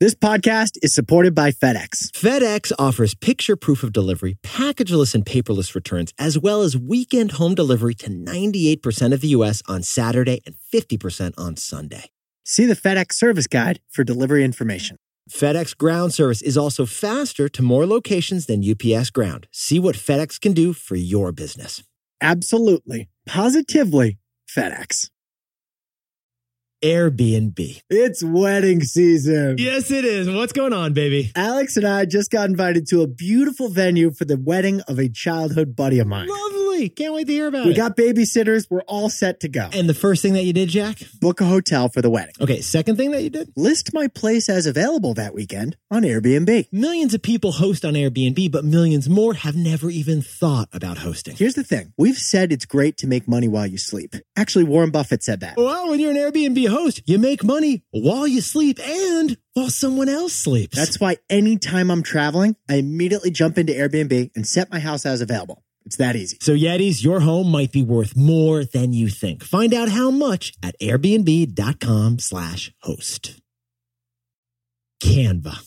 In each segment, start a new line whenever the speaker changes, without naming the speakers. This podcast is supported by FedEx.
FedEx offers picture proof of delivery, packageless and paperless returns, as well as weekend home delivery to 98% of the U.S. on Saturday and 50% on Sunday.
See the FedEx service guide for delivery information.
FedEx Ground service is also faster to more locations than UPS Ground. See what FedEx can do for your business.
Absolutely, positively, FedEx.
Airbnb.
It's wedding season.
Yes, it is. What's going on, baby?
Alex and I just got invited to a beautiful venue for the wedding of a childhood buddy of mine.
Lovely. Can't wait to hear about
We
it.
got babysitters. We're all set to go.
and the first thing that you did, Jack?
Book a hotel for the wedding.
Okay, second thing that you did?
List my place as available that weekend on Airbnb.
Millions of people host on Airbnb, but millions more have never even thought about hosting.
Here's the thing we've said it's great to make money while you sleep. Actually, Warren Buffett said that.
Well, when you're an Airbnb host, you make money while you sleep and while someone else sleeps.
That's why anytime I'm traveling, I immediately jump into Airbnb and set my house as available. It's that easy.
so Yetis, your home might be worth more than you think. Find out how much at airbnb.com slash host. Canva.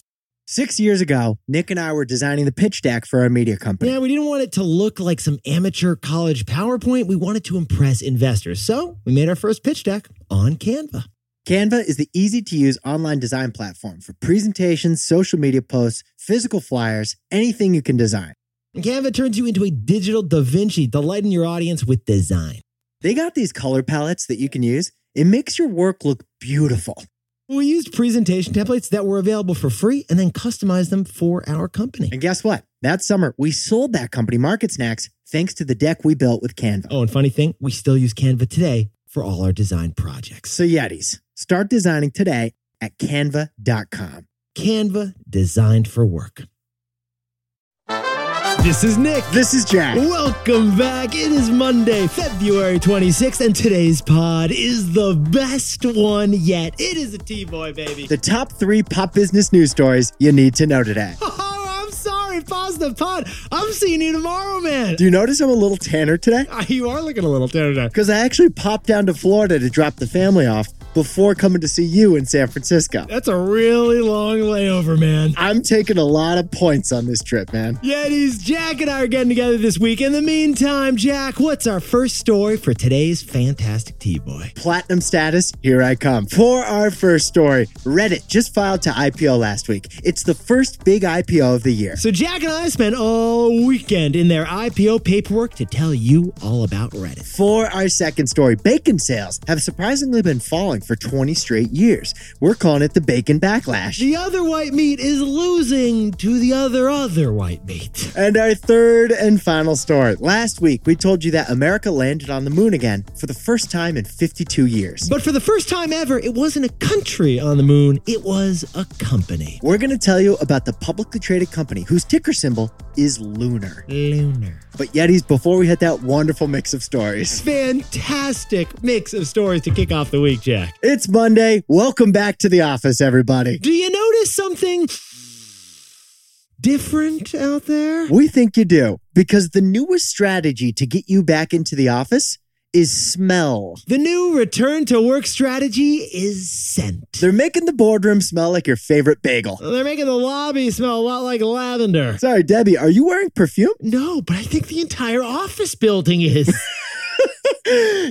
Six years ago, Nick and I were designing the pitch deck for our media company.
Yeah, we didn't want it to look like some amateur college PowerPoint. We wanted to impress investors. So we made our first pitch deck on Canva.
Canva is the easy to use online design platform for presentations, social media posts, physical flyers, anything you can design.
Canva turns you into a digital Da Vinci, delighting your audience with design.
They got these color palettes that you can use. It makes your work look beautiful.
We used presentation templates that were available for free and then customized them for our company.
And guess what? That summer, we sold that company, Market Snacks, thanks to the deck we built with Canva.
Oh, and funny thing, we still use Canva today for all our design projects.
So, Yetis, start designing today at canva.com.
Canva designed for work. This is Nick.
This is Jack.
Welcome back. It is Monday, February 26th, and today's pod is the best one yet. It is a T Boy, baby.
The top three pop business news stories you need to know today.
Oh, I'm sorry. Pause the pod. I'm seeing you tomorrow, man.
Do you notice I'm a little tanner today?
You are looking a little teardown.
Because I actually popped down to Florida to drop the family off before coming to see you in San Francisco.
That's a really long layover, man.
I'm taking a lot of points on this trip, man.
Yetis, Jack and I are getting together this week. In the meantime, Jack, what's our first story for today's fantastic T Boy?
Platinum status, here I come. For our first story, Reddit just filed to IPO last week. It's the first big IPO of the year.
So, Jack and I spent all weekend in their IPO paperwork to tell you all about Reddit.
For our second story, bacon sales have surprisingly been falling for 20 straight years. We're calling it the bacon backlash.
The other white meat is losing to the other other white meat.
And our third and final story. Last week, we told you that America landed on the moon again for the first time in 52 years.
But for the first time ever, it wasn't a country on the moon, it was a company.
We're going to tell you about the publicly traded company whose ticker symbol is Lunar.
Lunar.
But Yetis, before we hit that wonderful mix of stories,
Fantastic mix of stories to kick off the week, Jack.
it's Monday. Welcome back to the office, everybody.
Do you notice something different out there?
We think you do because the newest strategy to get you back into the office is smell.
The new return to work strategy is scent.
They're making the boardroom smell like your favorite bagel.
They're making the lobby smell a lot like lavender.
Sorry, Debbie, are you wearing perfume?
No, but I think the entire office building is.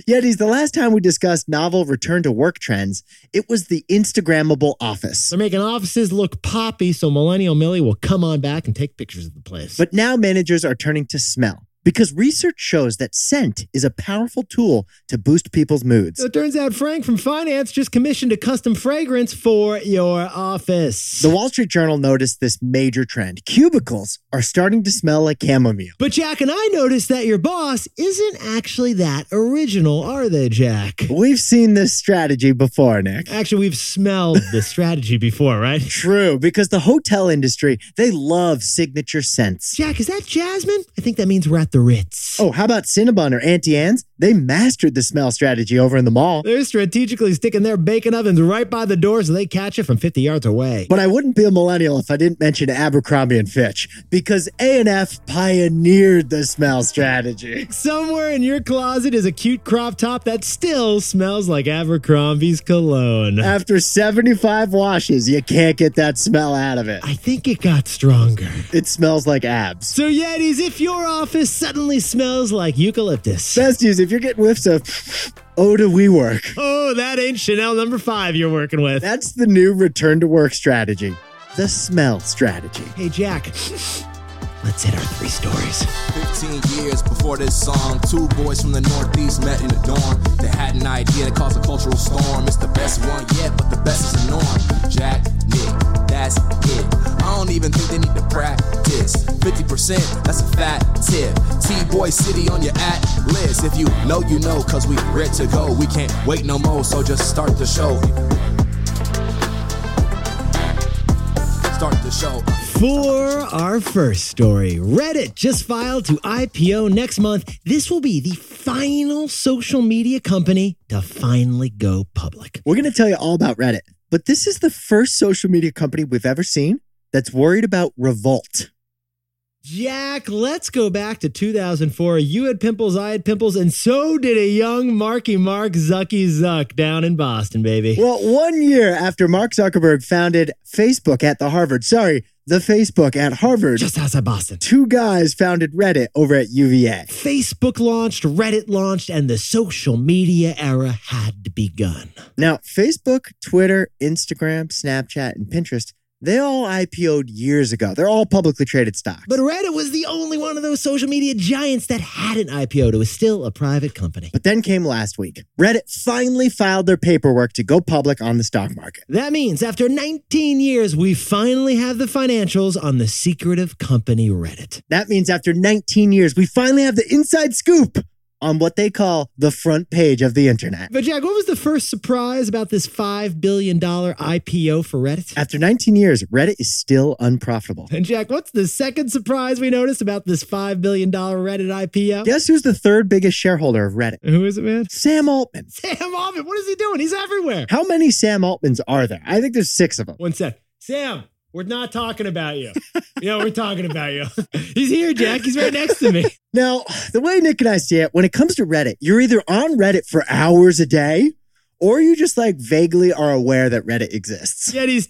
Yetis, the last time we discussed novel return to work trends, it was the Instagrammable office.
They're making offices look poppy so Millennial Millie will come on back and take pictures of the place.
But now managers are turning to smell because research shows that scent is a powerful tool to boost people's
So
moods.
it turns out Frank from finance just commissioned a custom fragrance for your office.
The Wall Street Journal noticed this major trend. Cubicles are starting to smell like chamomile.
but Jack and I noticed that your boss isn't actually that original, are they, Jack?
We've seen this strategy before, Nick.
Actually, we've smelled this strategy before, right?
True, because the hotel industry, they love signature scents.
Jack, is that Jasmine? I think that means we're at the Ritz.
Oh, how about Cinnabon or Auntie Anne's? They mastered the smell strategy over in the mall.
They're strategically sticking their bacon ovens right by the door so they catch it from 50 yards away.
But I wouldn't be a millennial if I didn't mention Abercrombie and Fitch because A&F pioneered the smell strategy.
Somewhere in your closet is a cute crop top that still smells like Abercrombie's cologne.
After 75 washes, you can't get that smell out of it.
I think it got stronger.
It smells like abs.
So, Yetis, if your office suddenly smells like eucalyptus,
Besties, if you're getting whiffs of oh to we work,
oh, that ain't Chanel number five you're working with.
that's the new return to work strategy. The smell strategy.
Hey, Jack, let's hit our three stories.
15 years before this song, two boys from the Northeast met in the dorm. They had an idea that caused a cultural storm. It's the best one yet, but the best is the norm. Jack, Nick, that's it. I don't even think they need to practice. 50%, that's a fat tip. T-Boy City on your at list. If you know, you know, cause we ready to go. We can't wait no more, so just start the show. Start the show.
For our first story, Reddit just filed to IPO next month. This will be the final social media company to finally go public.
We're going to tell you all about Reddit, but this is the first social media company we've ever seen that's worried about revolt.
Jack, let's go back to 2004. You had pimples, I had pimples, and so did a young Marky Mark Zucky Zuck down in Boston, baby.
Well, one year after Mark Zuckerberg founded Facebook at the Harvard, sorry, the Facebook at Harvard,
Just outside Boston.
two guys founded Reddit over at UVA.
Facebook launched, Reddit launched, and the social media era had begun.
Now, Facebook, Twitter, Instagram, Snapchat, and Pinterest, they all IPO'd years ago. They're all publicly traded stocks.
But Reddit was the only one of those social media giants that hadn't IPO'd. It was still a private company.
but then came last week. Reddit finally filed their paperwork to go public on the stock market.
That means after 19 years, we finally have the financials on the secretive company Reddit.
That means after 19 years, we finally have the inside scoop on what they call the front page of the internet.
But Jack, what was the first surprise about this $5 billion IPO for Reddit?
After 19 years, Reddit is still unprofitable.
And Jack, what's the second surprise we noticed about this $5 billion Reddit IPO?
Guess who's the third biggest shareholder of Reddit?
Who is it, man?
Sam Altman.
Sam Altman. What is he doing? He's everywhere.
How many Sam Altmans are there? I think there's six of them.
One sec. Sam, we're not talking about you. yeah, we're talking about you. He's here, Jack. He's right next to me.
Now, the way Nick and I see it, when it comes to Reddit, you're either on Reddit for hours a day or you just like vaguely are aware that Reddit exists.
Yet he's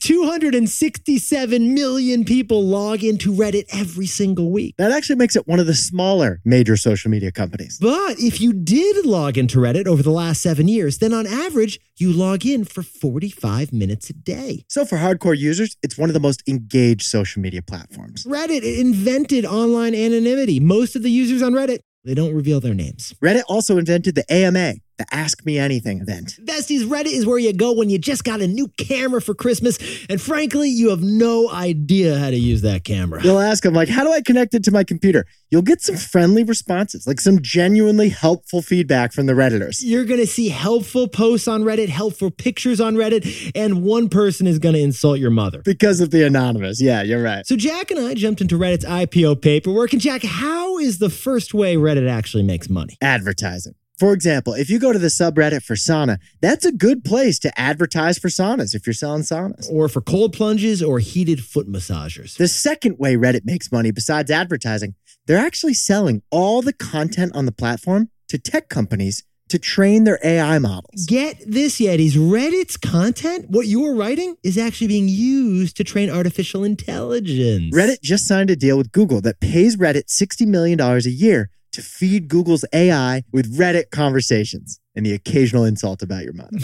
267 million people log into Reddit every single week.
That actually makes it one of the smaller major social media companies.
But if you did log into Reddit over the last seven years, then on average, you log in for 45 minutes a day.
So for hardcore users, it's one of the most engaged social media platforms.
Reddit invented online anonymity. Most of the users on Reddit, they don't reveal their names.
Reddit also invented the AMA, the Ask Me Anything event.
Besties, Reddit is where you go when you just got a new camera for Christmas, and frankly, you have no idea how to use that camera.
You'll ask them, like, how do I connect it to my computer? You'll get some friendly responses, like some genuinely helpful feedback from the Redditors.
You're going to see helpful posts on Reddit, helpful pictures on Reddit, and one person is going to insult your mother.
Because of the anonymous. Yeah, you're right.
So, Jack and I jumped into Reddit's IPO paperwork. And, Jack, how is the first way Reddit actually makes money?
advertising. For example, if you go to the subreddit for sauna, that's a good place to advertise for saunas if you're selling saunas.
Or for cold plunges or heated foot massagers.
The second way Reddit makes money besides advertising, they're actually selling all the content on the platform to tech companies to train their AI models.
Get this, Yetis. Reddit's content, what you were writing, is actually being used to train artificial intelligence.
Reddit just signed a deal with Google that pays Reddit $60 million a year to feed Google's AI with Reddit conversations and the occasional insult about your mother.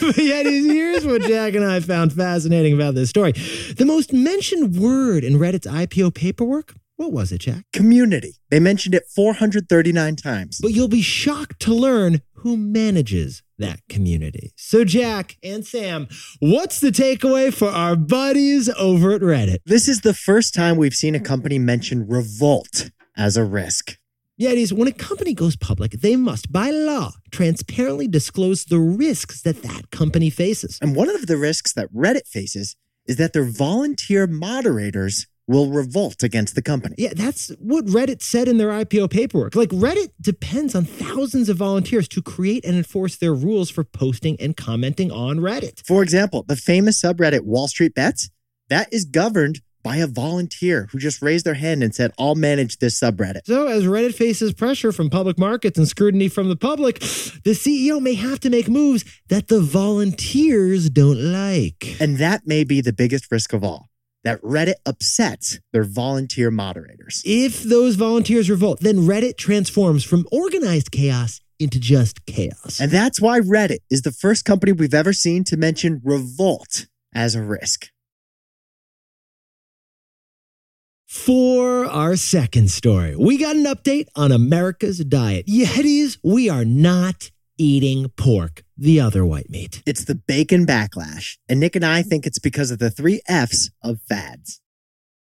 but yet, here's what Jack and I found fascinating about this story. The most mentioned word in Reddit's IPO paperwork, what was it, Jack?
Community. They mentioned it 439 times.
But you'll be shocked to learn who manages that community. So, Jack and Sam, what's the takeaway for our buddies over at Reddit?
This is the first time we've seen a company mention revolt as a risk.
Yetis, when a company goes public, they must, by law, transparently disclose the risks that that company faces.
And one of the risks that Reddit faces is that their volunteer moderators will revolt against the company.
Yeah, that's what Reddit said in their IPO paperwork. Like, Reddit depends on thousands of volunteers to create and enforce their rules for posting and commenting on Reddit.
For example, the famous subreddit Wall Street Bets, that is governed by a volunteer who just raised their hand and said, I'll manage this subreddit.
So, as Reddit faces pressure from public markets and scrutiny from the public, the CEO may have to make moves that the volunteers don't like.
And that may be the biggest risk of all that Reddit upsets their volunteer moderators.
If those volunteers revolt, then Reddit transforms from organized chaos into just chaos.
And that's why Reddit is the first company we've ever seen to mention revolt as a risk.
For our second story, we got an update on America's diet. Yetis, we are not eating pork, the other white meat.
It's the bacon backlash, and Nick and I think it's because of the three F's of fads.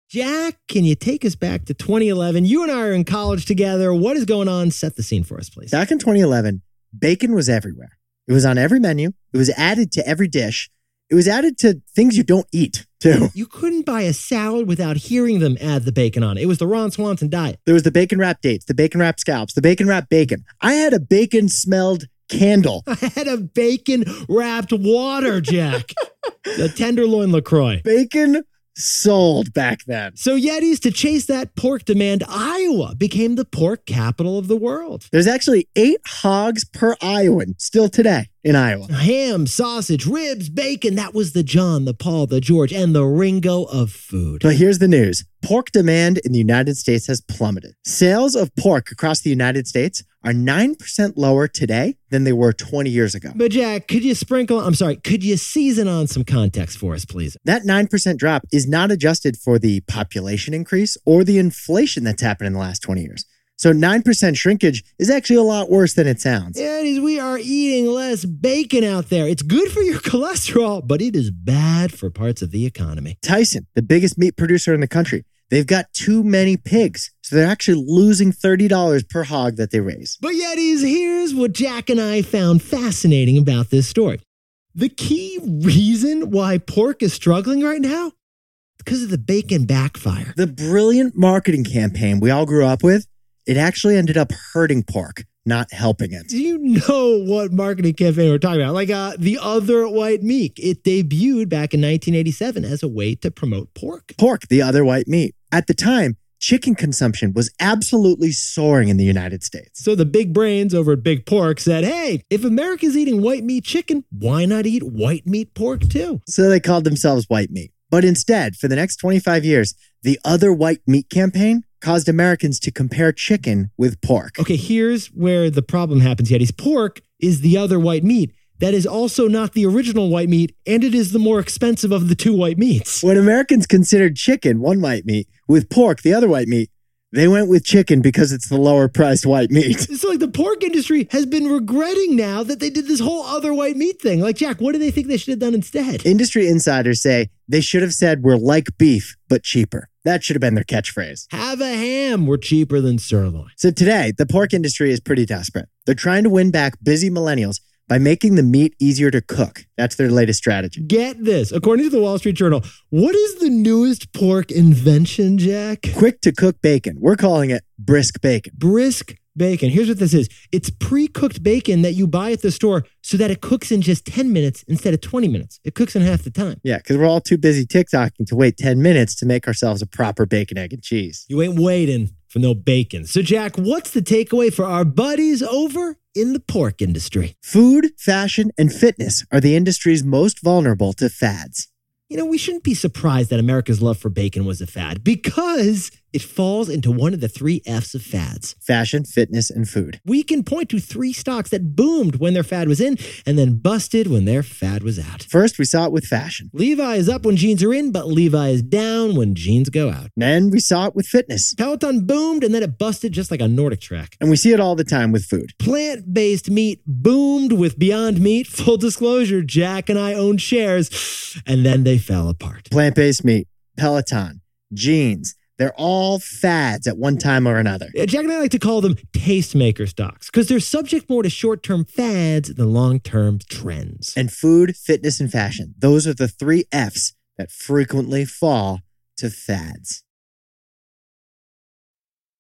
Jack, can you take us back to 2011? You and I are in college together. What is going on? Set the scene for us, please.
Back in 2011, bacon was everywhere. It was on every menu, it was added to every dish, it was added to things you don't eat, too.
You couldn't buy a salad without hearing them add the bacon on it. It was the Ron Swanson diet.
There was the bacon wrap dates, the bacon wrap scallops, the bacon wrap bacon. I had a bacon smelled candle.
I had a bacon wrapped water, Jack. the tenderloin LaCroix.
Bacon sold back then.
So Yetis, to chase that pork demand, Iowa became the pork capital of the world.
There's actually eight hogs per Iowan still today in Iowa.
Ham, sausage, ribs, bacon. That was the John, the Paul, the George, and the Ringo of food.
But here's the news pork demand in the United States has plummeted. Sales of pork across the United States are 9% lower today than they were 20 years ago.
But Jack, could you sprinkle, I'm sorry, could you season on some context for us, please?
That 9% drop is not adjusted for the population increase or the inflation that's happened in the last 20 years. So 9% shrinkage is actually a lot worse than it sounds.
Yetis, we are eating less bacon out there. It's good for your cholesterol, but it is bad for parts of the economy.
Tyson, the biggest meat producer in the country, they've got too many pigs. So they're actually losing $30 per hog that they raise.
But Yetis, here's what Jack and I found fascinating about this story. The key reason why pork is struggling right now because of the bacon backfire.
The brilliant marketing campaign we all grew up with, it actually ended up hurting pork, not helping it.
Do you know what marketing campaign we're talking about? Like uh, the other white meat. It debuted back in 1987 as a way to promote pork.
Pork, the other white meat. At the time, chicken consumption was absolutely soaring in the United States.
So the big brains over at Big Pork said, hey, if America's eating white meat chicken, why not eat white meat pork too?
So they called themselves white meat. But instead, for the next 25 years, the other white meat campaign caused Americans to compare chicken with pork.
Okay, here's where the problem happens, Yetis. Pork is the other white meat. That is also not the original white meat, and it is the more expensive of the two white meats.
When Americans considered chicken one white meat with pork the other white meat, they went with chicken because it's the lower priced white meat.
It's like the pork industry has been regretting now that they did this whole other white meat thing. Like, Jack, what do they think they should have done instead?
Industry insiders say they should have said, We're like beef, but cheaper. That should have been their catchphrase.
Have a ham. We're cheaper than sirloin.
So today, the pork industry is pretty desperate. They're trying to win back busy millennials by making the meat easier to cook. That's their latest strategy.
Get this. According to the Wall Street Journal, what is the newest pork invention, Jack?
Quick to cook bacon. We're calling it brisk bacon.
Brisk bacon. Here's what this is it's pre cooked bacon that you buy at the store so that it cooks in just 10 minutes instead of 20 minutes. It cooks in half the time.
Yeah, because we're all too busy TikToking to wait 10 minutes to make ourselves a proper bacon, egg, and cheese.
You ain't waiting for no bacon. So, Jack, what's the takeaway for our buddies over in the pork industry?
Food, fashion, and fitness are the industries most vulnerable to fads.
You know, we shouldn't be surprised that America's love for bacon was a fad because it falls into one of the three F's of fads
Fashion, fitness, and food.
we can point to three stocks that boomed when their fad was in and then busted when their fad was out.
First, we saw it with fashion.
Levi is up when jeans are in, but Levi is down when jeans go out.
Then we saw it with fitness.
Peloton boomed and then it busted just like a Nordic track.
And we see it all the time with food.
Plant based meat boomed with Beyond Meat. Full disclosure, Jack and I owned shares, and then they fell apart.
Plant based meat, Peloton, jeans, they're all fads at one time or another.
Uh, Jack and I like to call them tastemaker stocks because they're subject more to short term fads than long term trends.
And food, fitness, and fashion, those are the three F's that frequently fall to fads.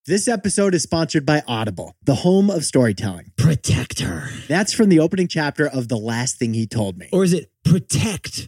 This episode is sponsored by Audible, the home of storytelling.
Protect her.
That's from the opening chapter of The Last Thing He Told Me.
Or is it protect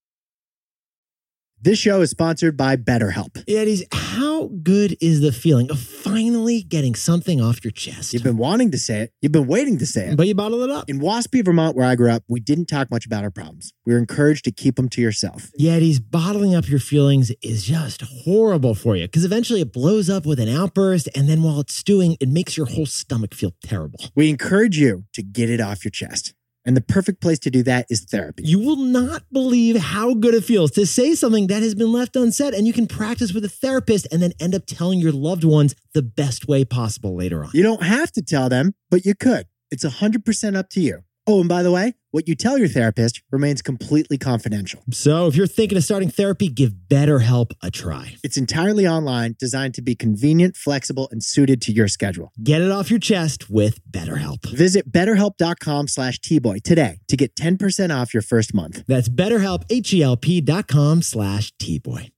This show is sponsored by BetterHelp.
It is how good is the feeling of finally getting something off your chest?
You've been wanting to say it. You've been waiting to say it.
but you bottle it up.
In Waspy, Vermont, where I grew up, we didn't talk much about our problems. We were encouraged to keep them to yourself.
Yeti's bottling up your feelings is just horrible for you because eventually it blows up with an outburst, and then while it's stewing, it makes your whole stomach feel terrible.
We encourage you to get it off your chest. And the perfect place to do that is therapy.
You will not believe how good it feels to say something that has been left unsaid, and you can practice with a therapist and then end up telling your loved ones the best way possible later on.
You don't have to tell them, but you could. It's 100% up to you. Oh, and by the way, what you tell your therapist remains completely confidential.
So, if you're thinking of starting therapy, give BetterHelp a try.
It's entirely online, designed to be convenient, flexible, and suited to your schedule.
Get it off your chest with BetterHelp.
Visit betterhelp.com slash tboy today to get 10% off your first month.
That's BetterHelp, H-E-L-P dot com slash T-Boy.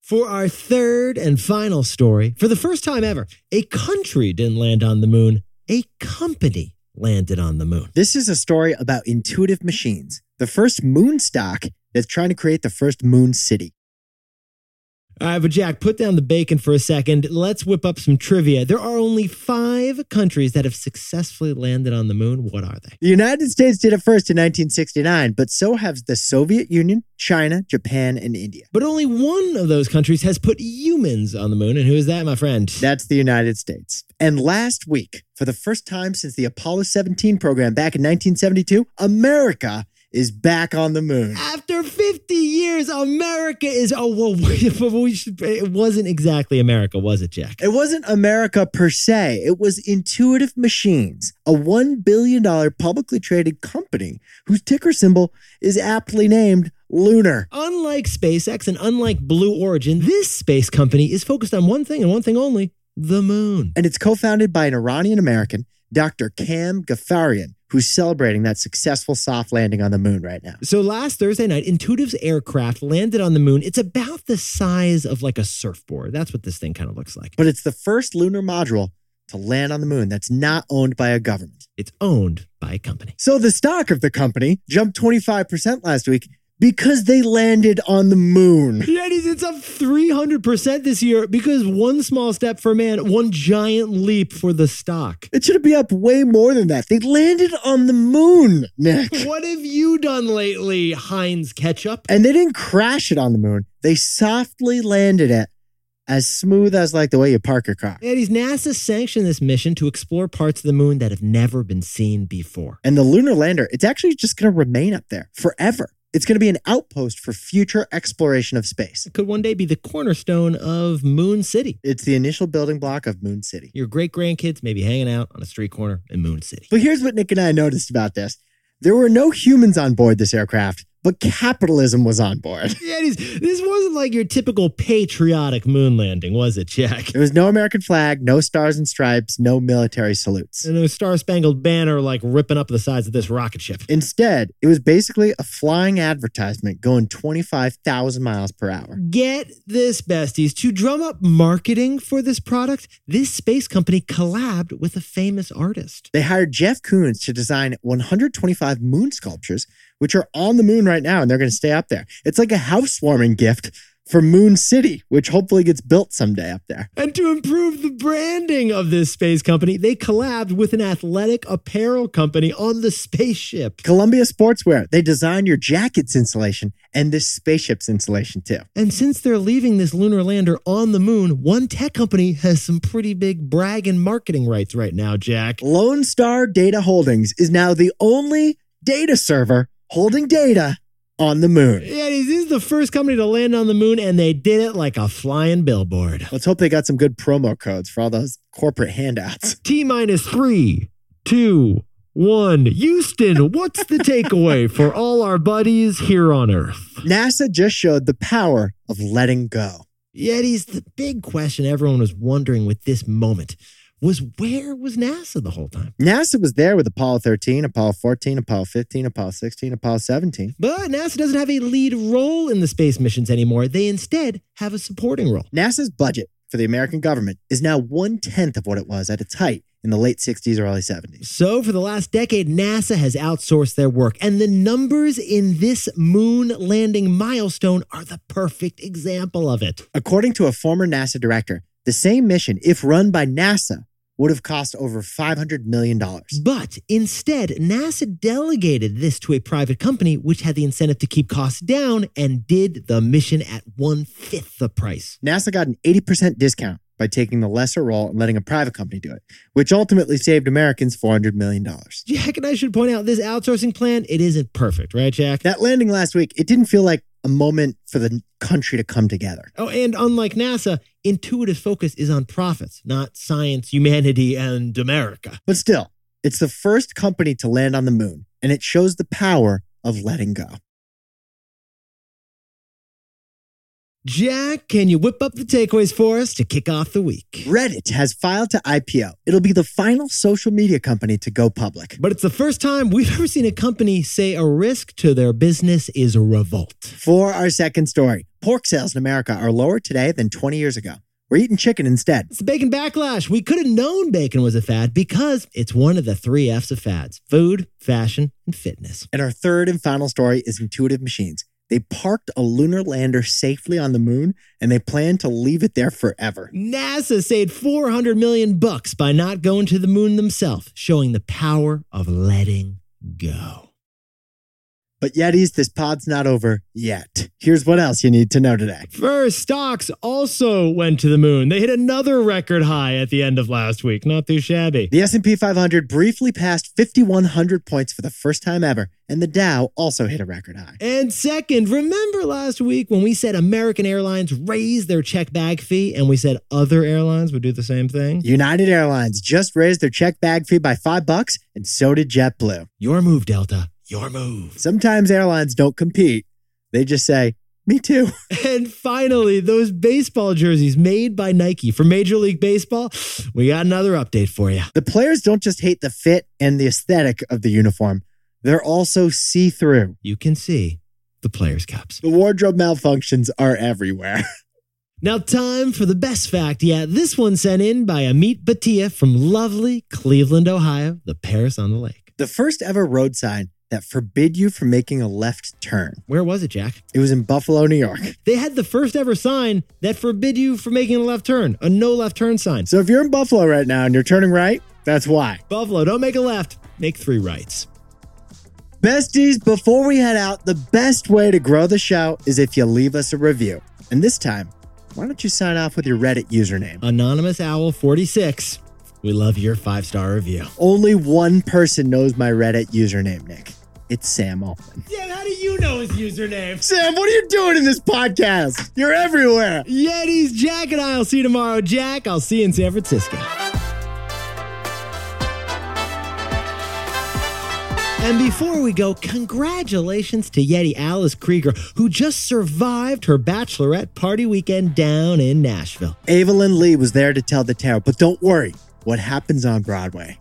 For our third and final story, for the first time ever, a country didn't land on the moon. A company landed on the moon.
This is a story about intuitive machines, the first moon stock that's trying to create the first moon city.
All right, but Jack, put down the bacon for a second. Let's whip up some trivia. There are only five countries that have successfully landed on the moon. What are they?
The United States did it first in 1969, but so have the Soviet Union, China, Japan, and India.
But only one of those countries has put humans on the moon. And who is that, my friend?
That's the United States. And last week, for the first time since the Apollo 17 program back in 1972, America is back on the moon.
After 50 years, America is. Oh, well, wait, but we should. It wasn't exactly America, was it, Jack?
It wasn't America per se, it was Intuitive Machines, a $1 billion publicly traded company whose ticker symbol is aptly named Lunar.
Unlike SpaceX and unlike Blue Origin, this space company is focused on one thing and one thing only the moon.
And it's co founded by an Iranian American, Dr. Cam Gafarian, who's celebrating that successful soft landing on the moon right now.
So last Thursday night, Intuitive's aircraft landed on the moon. It's about the size of like a surfboard. That's what this thing kind of looks like.
But it's the first lunar module to land on the moon that's not owned by a government.
It's owned by a company.
So the stock of the company jumped 25% last week because they landed on the moon.
Yetis, it's up 300% this year because one small step for man, one giant leap for the stock.
It should be up way more than that. They landed on the moon, Nick.
What have you done lately, Heinz Ketchup?
And they didn't crash it on the moon. They softly landed it as smooth as like the way you park your car.
Yetis, NASA sanctioned this mission to explore parts of the moon that have never been seen before.
And the lunar lander, it's actually just going to remain up there forever. It's going to be an outpost for future exploration of space.
It could one day be the cornerstone of Moon City.
It's the initial building block of Moon City.
Your great grandkids may be hanging out on a street corner in Moon City.
But here's what Nick and I noticed about this there were no humans on board this aircraft, but capitalism was on board.
Yetis, this wasn't like your typical patriotic moon landing, was it, Jack?
There was no American flag, no stars and stripes, no military salutes.
And no Star Spangled Banner like ripping up the sides of this rocket ship.
Instead, it was basically a flying advertisement going 25,000 miles per hour.
Get this, besties. To drum up marketing for this product, this space company collabed with a famous artist.
They hired Jeff Koons to design 125 moon sculptures, which are on the moon right now, and they're going to stay up there. It's like a housewarming gift for Moon City, which hopefully gets built someday up there.
And to improve the branding of this space company, they collabed with an athletic apparel company on the spaceship.
Columbia Sportswear, they design your jacket's insulation and this spaceship's insulation too.
And since they're leaving this lunar lander on the moon, one tech company has some pretty big bragging marketing rights right now, Jack.
Lone Star Data Holdings is now the only data server holding data on the moon.
Yeah, this is the first company to land on the moon, and they did it like a flying billboard.
Let's hope they got some good promo codes for all those corporate handouts.
T minus three, two, one. Houston, what's the takeaway for all our buddies here on Earth?
NASA just showed the power of letting go.
Yetis, the big question everyone was wondering with this moment was where was NASA the whole time?
NASA was there with Apollo 13, Apollo 14, Apollo 15, Apollo 16, Apollo 17.
But NASA doesn't have a lead role in the space missions anymore. They instead have a supporting role.
NASA's budget for the American government is now one tenth of what it was at its height in the late 60s, early 70s.
So, for the last decade, NASA has outsourced their work, and the numbers in this moon landing milestone are the perfect example of it.
According to a former NASA director, the same mission, if run by NASA, would have cost over $500 million.
But instead, NASA delegated this to a private company, which had the incentive to keep costs down and did the mission at one fifth the price.
NASA got an 80% discount by taking the lesser role and letting a private company do it, which ultimately saved Americans $400 million.
Jack and I should point out this outsourcing plan, it isn't perfect, right, Jack?
That landing last week, it didn't feel like a moment for the country to come together.
Oh, and unlike NASA, Intuitive's focus is on profits, not science, humanity, and America.
But still, it's the first company to land on the moon, and it shows the power of letting go.
Jack, can you whip up the takeaways for us to kick off the week?
Reddit has filed to IPO. It'll be the final social media company to go public.
But it's the first time we've ever seen a company say a risk to their business is a revolt.
For our second story, pork sales in America are lower today than 20 years ago. We're eating chicken instead.
It's the bacon backlash. We could have known bacon was a fad because it's one of the three F's of fads food, fashion, and fitness.
And our third and final story is Intuitive Machines. They parked a lunar lander safely on the moon and they plan to leave it there forever.
NASA saved 400 million bucks by not going to the moon themselves, showing the power of letting go.
But Yetis, this pod's not over yet. Here's what else you need to know today.
First, stocks also went to the moon. They hit another record high at the end of last week. Not too shabby.
The S&P 500 briefly passed 5100 points for the first time ever, and the Dow also hit a record high.
And second, remember last week when we said American Airlines raised their check bag fee and we said other airlines would do the same thing?
United Airlines just raised their check bag fee by 5 bucks, and so did JetBlue.
Your move, Delta. Your move.
Sometimes airlines don't compete. They just say, "Me too."
And finally, those baseball jerseys made by Nike for Major League Baseball. We got another update for you.
The players don't just hate the fit and the aesthetic of the uniform. They're also see-through.
You can see the players' cups.
The wardrobe malfunctions are everywhere.
Now, time for the best fact. Yeah, this one sent in by Amit Bhatia from lovely Cleveland, Ohio, the Paris on the lake.
the first ever road sign that forbid you from making a left turn.
Where was it, Jack?
It was in Buffalo, New York.
They had the first ever sign that forbid you from making a left turn, a no left turn sign.
So if you're in Buffalo right now and you're turning right, that's why.
Buffalo, don't make a left, make three rights.
Besties, before we head out, the best way to grow the show is if you leave us a review. And this time, why don't you sign off with your Reddit username?
Anonymous Owl 46. We love your five star review.
Only one person knows my Reddit username, Nick. It's Sam Altman.
Yeah, how do you know his username?
Sam, what are you doing in this podcast? You're everywhere.
Yetis, Jack, and I'll see you tomorrow. Jack, I'll see you in San Francisco. And before we go, congratulations to Yeti Alice Krieger, who just survived her bachelorette party weekend down in Nashville.
Evelyn Lee was there to tell the tale, but don't worry. What happens on Broadway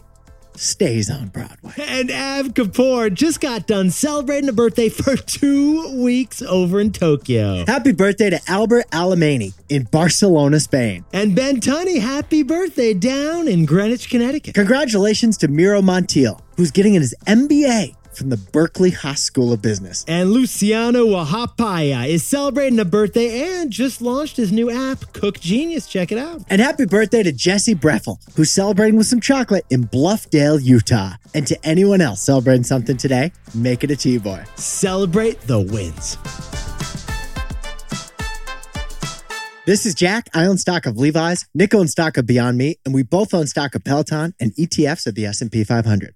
stays on Broadway.
And Av Kapoor just got done celebrating a birthday for two weeks over in Tokyo.
Happy birthday to Albert Alemany in Barcelona, Spain.
And Ben Tunney, happy birthday down in Greenwich, Connecticut.
Congratulations to Miro Montiel, who's getting his MBA from the Berkeley Haas School of Business.
And Luciano Wahapaya is celebrating a birthday and just launched his new app, Cook Genius. Check it out.
And happy birthday to Jesse Breffel, who's celebrating with some chocolate in Bluffdale, Utah. And to anyone else celebrating something today, make it a T boy.
Celebrate the wins.
This is Jack. I own stock of Levi's, Nick owns stock of Beyond Me, and we both E own stock of Peloton and ETFs of the S&P 500.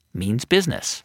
means business.